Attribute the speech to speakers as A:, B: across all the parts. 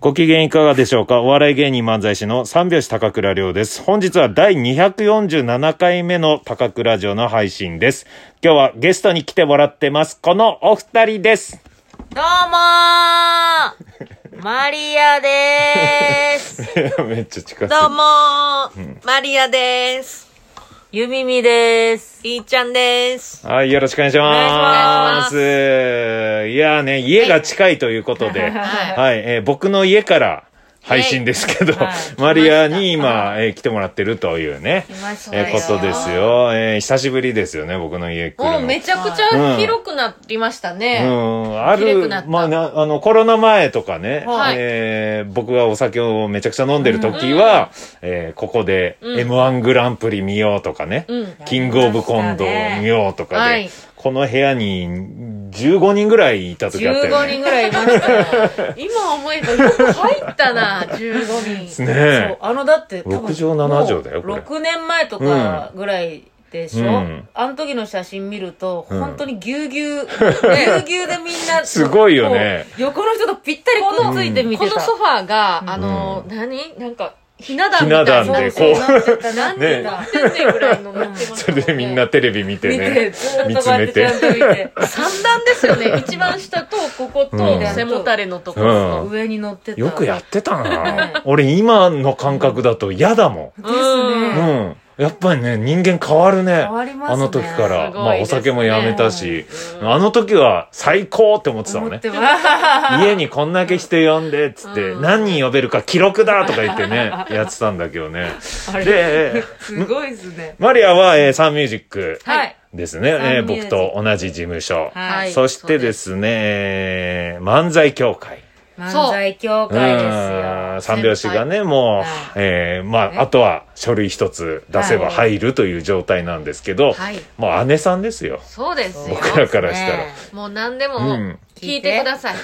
A: ご機嫌いかがでしょうかお笑い芸人漫才師の三拍子高倉涼です。本日は第247回目の高倉城の配信です。今日はゲストに来てもらってます。このお二人です。
B: どうもーマリアでーす
A: めっちゃ近い。
C: どうもー、マリアです。
B: ゆみみでーす。
C: いーちゃんです。
A: はい、よろしくお願いします。いやーね、家が近いということで、はい、えー僕の家から配信ですけど、マリアに今、えー来てもらってるというね、
B: ました
A: えーことですよ。えー久しぶりですよね、僕の家来る
C: もう
A: の。
C: めちゃくち
A: うん
C: ゃ広くなりました
A: う
C: ね。
A: ん、あ
C: 綺麗
A: る
C: くなっ、た
A: まあな、あの、コロナ前とかね、
C: はい
A: えー僕がお酒をめちゃくちゃ飲んでる時は、えーここで M1 グランプリ見ようとかね、
C: うん
A: キングオブコントを見ようとかで、
C: はい
A: この部屋に15人ぐらいいた時あったよ
C: 15人
A: ね。
C: ぐらいいましたよ。今思えばよく入ったな、15人。
A: ね
B: そう、あの、だって、多分
A: 6畳7畳だよ
B: もう
A: こ
B: 6年前とかぐらいでしょ、
A: うん
B: あの時の写真見ると、
A: ん
B: 本当にぎゅうぎ ゅう、ぎゅうぎゅうでみんな、
A: すごいよね
B: こう。横の人とぴったりくっついて見
C: こ
B: て
C: の
B: た。
C: ソファーが、あの、何なんか、ひな壇みたい
A: ひ
C: な。
A: な壇で
C: そうそう
A: こう
C: なってた何
A: ね
C: 人乗ってんねんぐらいの乗ってましたもんね。
A: それでみんなテレビ見て
B: 見て、
A: ね。
B: ずーっ
A: 見
B: と
A: つ
B: こうやっ
A: め
B: て
A: て
B: ちゃんと見て、
C: 三段ですよね。一番下と、ここと
A: うん、
C: 背もたれのとこ
A: う
C: ろ。
A: ん。
B: 上に乗ってた。
A: よくやってたな。俺今の感覚だと嫌だもん。
B: ですね。
A: うん。やっぱりね、人間変わるね。
B: 変わりますね
A: あの時から。
C: す
A: ま
C: ご
A: あ、
C: い
A: お
C: ですね
A: 酒もやめたし、あの時は最高って思ってたもん
B: 思っ
A: ね。
B: てます。
A: 家にこんだけ人呼んで、つって、何人呼べるか記録だとか言ってね、やってたんだけどね。で、
B: すごいですね。
A: マリアは、えーサンミュージック
B: はい。
A: ですね。え
B: サ
A: ー
B: ンミュ
A: 僕
B: ージック
A: と同じ事務所。
B: はい。
A: そしてですね、えー漫才協会。
B: 漫才協
A: う
B: 会です
A: ん
B: よ。
A: 三拍子がね、もう、
B: はい
A: えーま
B: ね
A: あ、あとは書類一つ出せば
B: は
A: 入るという状態なんですけど、
C: はい
A: もう姉さんですよ。
C: そうですよ。
A: 僕らからしたら。
B: ね
C: もう何でも
A: うん
C: 聞いてください。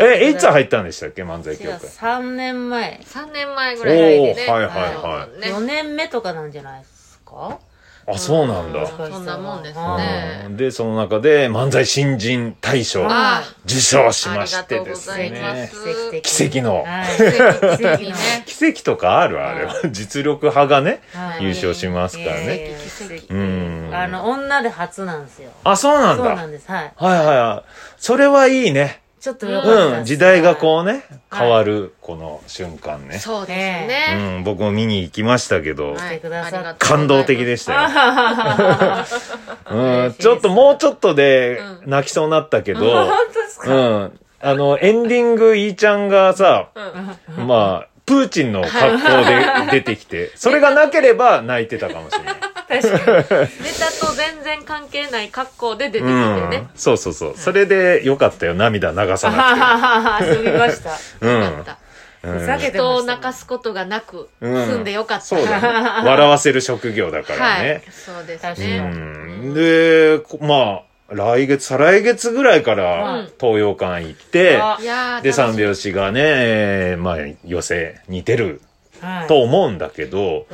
A: え、いつ入ったんでしたっけ漫才
B: 私
A: 協
B: は
A: 会。
B: 3年前、
C: 3年前ぐ
A: お
C: らい
A: ー、
C: ね。
A: はいは
C: そう
B: 4
C: ね。
B: 年目とかなんじゃないですか
A: いはい。あ、そうなんだ。
C: そんなもんです
A: う
C: ね。
A: んで、その中で漫才新人大賞
B: あ
C: あ
A: 受賞し
C: あ、あ
A: ま
C: り
A: し
C: が
A: て
C: とうご
A: です
C: ざいま
A: ね。
C: す。
A: 奇跡の、
B: はい。
C: 跡
B: 奇跡
C: ね
B: の。
A: 奇跡とかあるあれは。実力派がね、
B: はい
A: 優勝しますからね。
B: えー
A: う
B: 奇
A: ん
B: 跡。あの、女で初なんですよ。
A: あ、そうなん
B: そう
A: だ
B: な。んです。はい。
A: はいはいはい。それはいいね。
B: ちょっとよかった
A: う
B: で
A: ん。
B: す
A: 時代がこうね、変わる、この瞬間ね。
C: そうです
A: う
C: ね。
A: ん。僕も見に行きましたけど、
C: はい
B: 来てくださって
C: ありがとうござい
A: 感
C: ます
A: 動的でしたよ。うん
B: 嬉しい。です
A: ちょっともうちょっとで泣きそうになったけど、
B: 本当です
A: う
B: か
A: ん。あの、エンディング、いーちゃんがさ、まあ、プーチンの格好で出てきて、それがなければ泣いてたかもしれない。
C: ネタと全然関係ない格好で出てきて
A: うん
C: ね。。
A: そうそうそう。それでよかったよ、涙流さなくて。
B: 遊びました。
A: うん。
C: よかった
B: ふざけて
C: 人
B: ま
C: を
B: し
C: 泣
B: た。
C: かすことがなく、
A: うん
C: 済んでよかった。
A: そうだね。笑わせる職業だから
C: は
A: ね
C: い。。そうです
A: う
C: ね。
A: んで、こまあ、来月、再来月ぐらいから東洋館行って、
B: あ
C: いやー
A: で、三
C: 楽し
A: 拍子がね、えーまあ、寄せに出る
B: はい
A: と思うんだけど、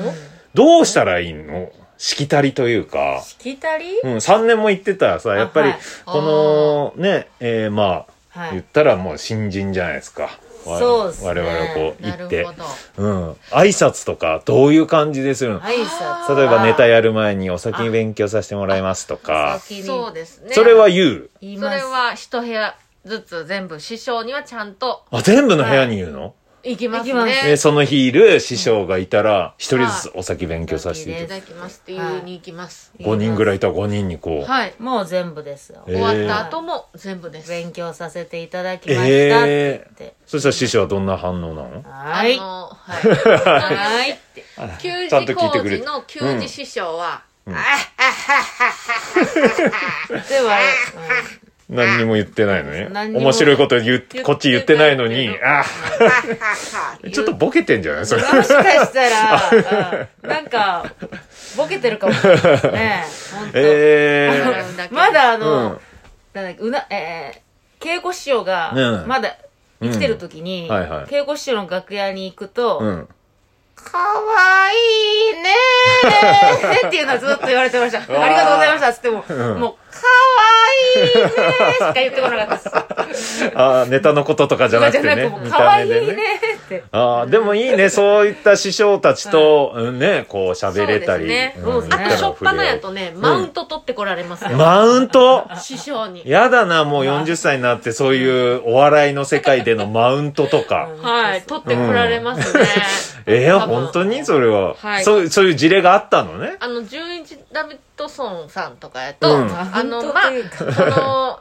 A: どうしたらいいのしきたりというか、
B: しきたり
A: うん、3年も言ってたらさ、やっぱり
B: はい、
A: この、ね、えーまあ、
B: はい
A: 言ったらもう新人じゃないですか。わ
B: そうっすね
A: 我々はこう、
C: みな
A: 行っ
C: る
A: て
C: ほ。ど。
A: うん。挨拶とか、どういう感じでするの
B: 挨拶。
A: 例えばネタやる前にお先に勉強させてもらいますとか、
B: 先に
C: そうですね。
A: それは言う。
B: 言い
C: そ
B: ます。
C: れは一部屋ずつ全部師匠にはちゃんと
A: あ、全部の部屋に言うの、
C: 行きます
B: 行きま
A: え
C: ね。
A: その日いる師匠がいたら、一人ずつお先勉強させてい
C: い
A: た
C: た
A: だ
C: だきますっていうに行きます。
A: く。5人ぐらいいたら5人にこう。
C: はい。
B: もう全部ですよ。
A: えー
C: 終わった後も全部です。
B: 勉強させていただきましたって言って。
A: そしたら師匠はどんな反応なの
B: はい。
C: あ
B: は
C: の、は
B: ーいって。
C: い。給
A: ちゃんと
C: 仕
A: 聞いて
C: 工
A: くれる
C: 事の給仕師匠は、
B: では、
A: 何にも言ってないのね。
B: 何にも
A: 面白いこと言う
C: 言ってない
A: こっち言ってないのに、あ
C: 言う
A: ちょっとボケてんじゃないそれ。
B: もしかしたら、うんなんか、ボケ てるかもしれないね。本当。
A: え
C: うんだけど
B: まだあ
A: ー。う
B: の、
A: ん。
B: なんだっけうな、えー、稽古師匠
A: う
B: が、
A: ん
B: まだ生きてる時に、
A: うんはいはい
B: 稽古師匠の楽屋に行くと、
A: うん。
B: かわいいね ーっていうのはずっと言われてました。ありがとうございましたっつっても、もう、かわいねしか言ってこなかったです。
A: あーネタのこととかじゃな
B: じ
A: く
B: ゃ
A: て
B: な
A: ね
B: くもう
A: 見
B: 可
A: た
B: 愛
A: 目
B: い
A: で
B: ね
A: ね
B: って。
A: ああでもいいねそういった師匠たちと、うんねこう喋れたり、
C: そう
A: う
C: です
A: ん
C: ね。あと、しょっぱなや
A: 触
C: とね、マウント取ってこられます
A: れ合う
C: よ。
A: マウント
C: 師匠に。
A: やだなもう40歳になってそういうお笑いの世界でのマウントとか
C: はい、取ってこられますね。
A: ええ
C: 多分
A: 本当にそれは、
C: はい
A: そうそういう事例があったのね
C: あの、純一ダビッドソンさんとかやと、
A: うん
C: あの、ま
B: マ
C: あ
B: ウントとい、
C: その、うん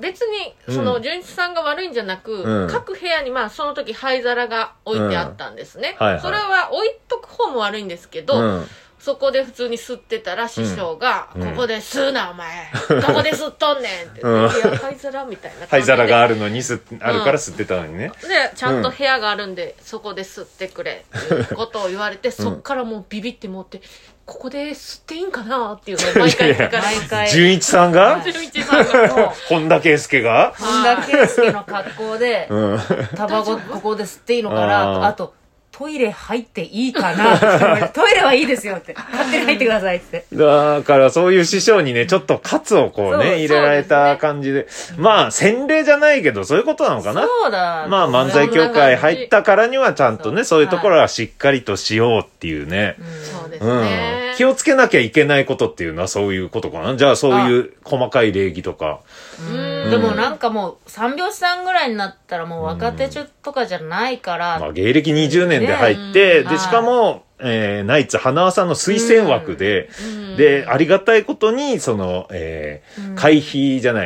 C: 別に、
A: うん
C: その、純一さんが悪いんじゃなく、
A: うん
C: 各部屋に、まあ、その時灰皿が置いてあったんですね。
A: うんはいはい
C: それは置いとく方も悪いんですけど、
A: うん
C: そこで普通に吸ってたら師匠が、
A: うん
C: ここで吸うな、お前。どこで吸っとんねんって。
A: うん
C: いや、灰皿みたいな感じで。
A: 灰皿があるのにすあるから吸ってたのにね、
C: で、ちゃんと部屋があるんで、そこで吸ってくれっていうことを言われて、そっからもうビビって持って、ここで吸っていいんかなっていうのを毎回聞か
B: 毎
C: れて。
B: 回。
A: 純一さんが、
B: はい
C: 純一さんがもう、
A: 本田圭佑が、
B: 本田圭佑の格好で、
A: うん、
B: タバコここで吸っていいのか
A: あ
B: な
A: ー
B: あと、トイレ入っていいかなって言われてトイレはいいですよって。勝手に入ってくださいって。
A: だからそういう師匠にねちょっと喝をこう
B: そう
A: ね入れられた感じでまあ洗礼じゃないけどそういうことなのかな
B: そうだ。
A: まあ漫才協会入ったからにはちゃんとねそういうところはしっかりとしようっていうね、
C: そうです
A: うん
C: ね。
A: 気をつけなきゃいけないことっていうのはそういうことかなじゃあそういう細かい礼儀とか
C: うん
B: でもなんかもう、三拍子さんぐらいになったらもう若手中とかじゃないか
A: まあ、
B: ら、
A: 芸歴20年で入って、
B: ね
A: で、しかも、えーナイツ、花輪さんの推薦枠で、
C: うん
A: で、ありがたいことに、その、えー会費じゃな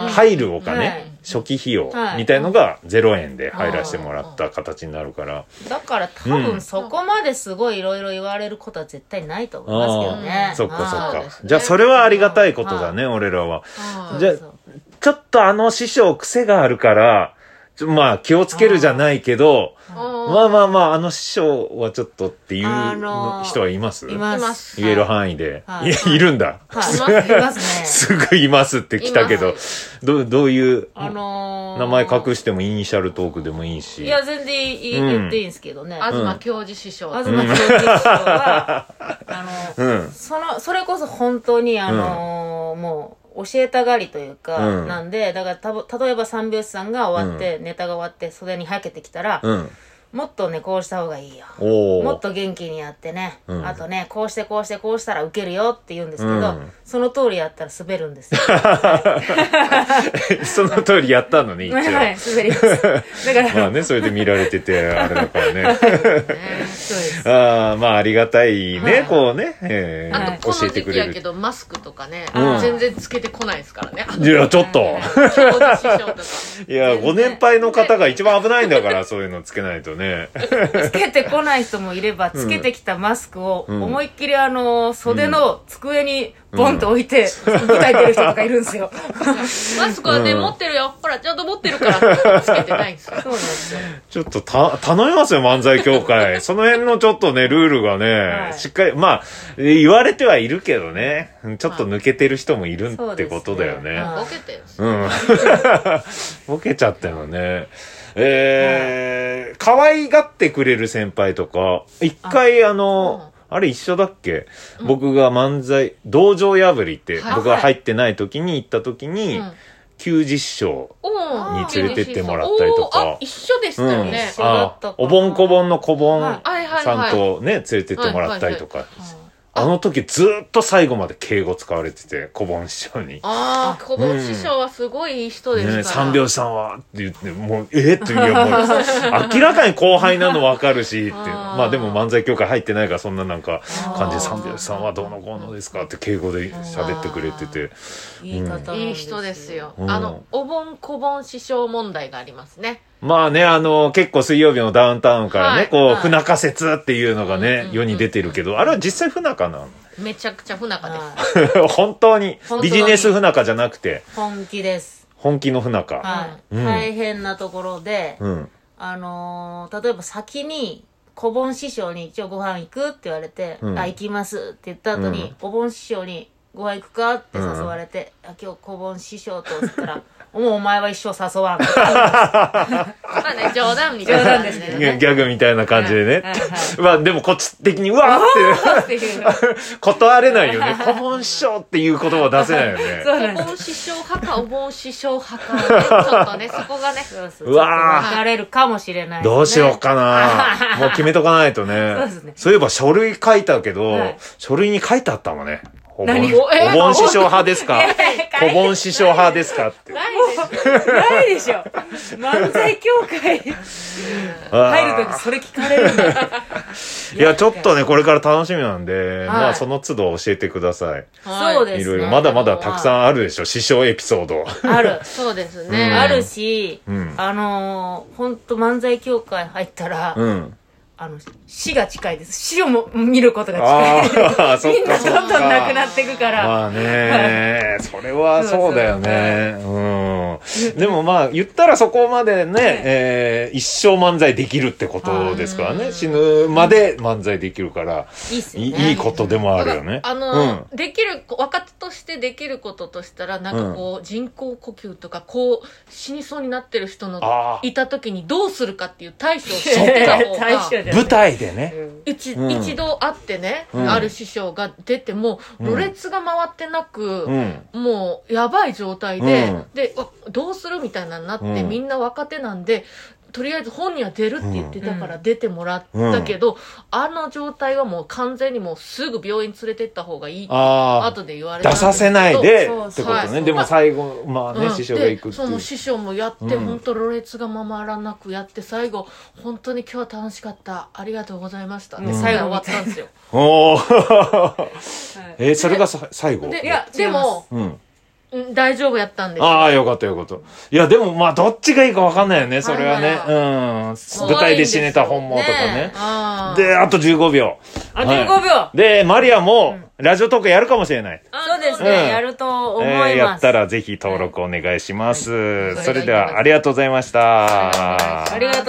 B: あ
A: い、
B: ー
A: 入るお金、
B: はい
A: 初期費用
B: はい
A: みたいのが0円で入らせてもらった形になるから、
B: だから多分そこまですごいいろいろ言われることは絶対ないと思いますけどね
C: う。ん
A: そっかそっか
B: あー
C: そうで。すね
A: じゃあ、それはありがたいことだね、俺らは。
C: あ
A: じゃあ
B: そう、
A: ちょっとあの師匠癖があるから、ちょまあ気をつけるじゃないけど、
C: あ
A: まあまあまあ、あの師匠はちょっとっていう
B: あのー
A: 人はいます
B: いま。
C: いますす
A: 言える範囲で。、
B: はいい
A: いるんだ。
B: はい。います ね。
A: すぐいますって来たけ
C: い
A: ど
C: ま、
A: どどういう
B: あのー、
A: 名前隠してもイニシャルトークでもいいし。
B: いや、全然いい、
A: うん
B: 言っていいんですけどね。あ
C: 東教授師匠。
B: 東京師匠は、あの、
A: うん。
B: その、それこそ本当に、あのーもう、教えたがりというか、
A: うん
B: なんで、だからたぶん、例えば三拍子さんが終わって、ネタが終わって、袖にはけてきたら、
A: うん。
B: もっとね、こうした方がいいよ。
A: おお。
B: もっと元気にやってね、
A: うん
B: あとね、こうしてこうしてこうしたらウケるよって言うんですけど、
A: うん
B: その通りやったら滑るんですよ。
A: その通りやったのね、 一応。
B: はい、滑り ます。だから、
A: まあね、それで見られてて、あれだからね。
B: そうです。
A: ああ、まあありがたいね、
B: はい
A: こうね、えー
C: あと、こ
A: 教
C: の
A: えて
C: 時
A: く
C: 期
A: れ
C: やけ
A: る。
C: ど、マスクとかね、
A: うん
C: 全然つけてこないですからね。
A: いや、ちょっと。
C: 教授師匠とか。
A: いや、ご年配の方が一番危ないんだから、そういうのつけないとね。
B: つけてこない人もいれば、つけてきたマスクを、
A: ん
B: 思いっきりあの、袖の机にボンと置いて、舞台出る人とかいるんで すよ。
C: マスクはね、
A: うん
C: 持ってるよ。ほら、ちゃんと持ってるから、つけてないんですよ。
B: そうなんですよ。
A: ちょっとた、頼みますよ、漫才協会。その辺のちょっとね、ルールがね、
B: はい
A: しっかり、まあ、言われてはいるけどね、ちょっと抜けてる人もいるってことだよね。
B: はい
C: ボケてるんですよ。
A: うん。ボケちゃったよね。えー、可愛がってくれる先輩とか、一回あの、あれ一緒だっけ、僕が漫才、道場破りって、
C: はい
A: 僕が入ってない時に行った時に、
C: うん
A: 休日師匠
C: おー
A: に連れてってもらったりとか
C: おーあ、一緒でしたよね。
B: うんだったか
A: あ
B: な
A: おぼんこぼんのこぼん
B: はい
C: はいはい
A: さんとね、連れてってもらったりとか、
C: はい
A: あの時ずっと最後まで敬語使われててこぼん師匠に。
C: ああ、小坊師匠はすごいいい人ですから。
A: ね、三拍子さんはって言って、もう、えっ、というよりもう、明らかに後輩なの分かるし、って。
C: あー
A: まあでも漫才協会入ってないから、そんななんか
B: あー
A: 感じで、三拍子さんはどうのこうのですかって敬語で喋ってくれてて。
B: 言い方なんですよ
C: いい人ですよ。
A: うん
C: あの、お盆小盆師匠問題がありますね。
A: まあね、あの、結構水曜日のダウンタウンからね、
C: はい
A: こう、
B: はい
A: 不仲説っていうのが
C: うんうん
A: ね
C: う、ん
A: 世に出てるけど、あれは実際不仲な
C: めちゃくちゃ不仲です。
B: はい
A: の 本当に
B: 本当。
A: ビ
B: に
A: ジネス不仲じゃなくて、
B: 本気です。
A: 本気の不仲。
B: はい。
A: うん
B: 大変なところで、
A: うん。
B: あのー例えば先に、小盆師匠に一応ご飯行くって言われて、
A: うん
B: あ、行きますって言った後に、お盆師匠にご飯行くかって誘われて、あ今日小盆師匠と、つったら、 もうお前は一生誘わん。
C: まあね、冗談みたい
B: 冗
C: な
B: 談
C: 感
B: です
C: じ
B: け
C: で
B: ど
C: ね。
B: ね
A: ギャギャグみたいな感じでね
B: はいはいは。
A: まあでもこっち的に、うわーって
B: っていう。そ
A: 断れないよね。顧問師匠っていう言葉を出せないよ ね。
B: うなん
C: お
B: です。
C: 盆師匠 派かお盆師匠派か、ね、ちょっとね、そこがね。
B: そうそう
A: うわー
B: ちょっと分かれるかもしれないですね。
A: どうしようかな、もう決めとかないとね。
B: そうですね
A: そういえば書類書いたけど、
B: はい
A: 書類に書いてあったもんね。お盆、
B: 何
A: お盆師匠派ですか
B: いや書いて
A: お盆師匠派ですか って。
B: ないでしょ。漫才協会入るときそれ聞かれるんだ。
A: いや、ちょっとね、これから楽しみなんで、まあ、その都度教えてください。
C: は い
B: そうですね
A: いろいろ、まだまだたくさんあるでしょ、師匠エピソー ド。
B: ある。
C: そうです
A: う
C: ね。
A: ん
B: あるし、
A: うん
B: あのー、ほんと漫才協会入ったら、
A: うん。
B: あの、死が近いです。死をも見ることが
A: あ
B: 近い。
A: あ、そ
B: み
A: っ
B: んな
A: か
B: ど
A: そっ
B: んどん
A: か。
B: なくなっていくから。
A: まあね、それはそうだよね。うん。でもまあ、言ったらそこまでね、えー一生漫才できるってことですからね。死ぬまで漫才できるから、
B: いいっすよ
A: い
B: ね。
A: いいことでもあるよね。
C: あの、できる、若手としてできることとしたら、なんかこう、人工呼吸とか、こう、死にそうになってる人の
A: あー
C: いた時にどうするかっていう対 処をし
A: そっか
C: てた方
B: 大将じゃ
C: が、
B: ない
A: 舞台でね。
C: 一
A: うん
C: 一度会ってね、
A: うん
C: ある師匠が出ても、
A: うん
C: ろれつが回ってなく、
A: うん。
C: もうやばい状態で、
A: うん
C: でわどうするみたいなのになって、
A: うん
C: みんな若手なんでとりあえず本人は出るって言ってたから
B: うん
C: 出てもらったけど、あの状態はもう完全にもうすぐ病院連れてった方がいいって
A: あ
C: 後で言わ
A: あ、
C: れたん
A: 出
C: ですけど
A: させないで
B: そ
A: っ
B: う
A: て
B: そう
A: こと
C: は
A: ね。
C: い
A: でも最後、まあね、
C: うん
A: 師匠が行くって
C: でそ
A: い
C: の
A: う。
C: 師匠もやって、
A: うん
C: 本当ろれつが回らなくやって最後本当に今日は楽しかったありがとうございました、で
B: うん
C: 最後終わったんですよ
A: おー
B: はい
A: えー、それがさ最後
C: で
B: いや
C: でも
A: うん。
C: うん大丈夫やったんで す
A: ああ、よかったよかった。いや、でもまあ、どっちがいいかわかんないよね、それはね。
C: は
A: うん。舞台で死ねた本望とかね。
C: あー
A: で、あと15秒。
B: あ、
A: はい
B: 15秒。
A: で、マリアも、ラジオトークやるかもしれない。
C: あ
B: そうです
A: うん
B: ね。やると思います。
A: えーやったらぜひ登録お願いします。
C: はい
A: それでは、ありがとうございました。
C: い
B: ありがとう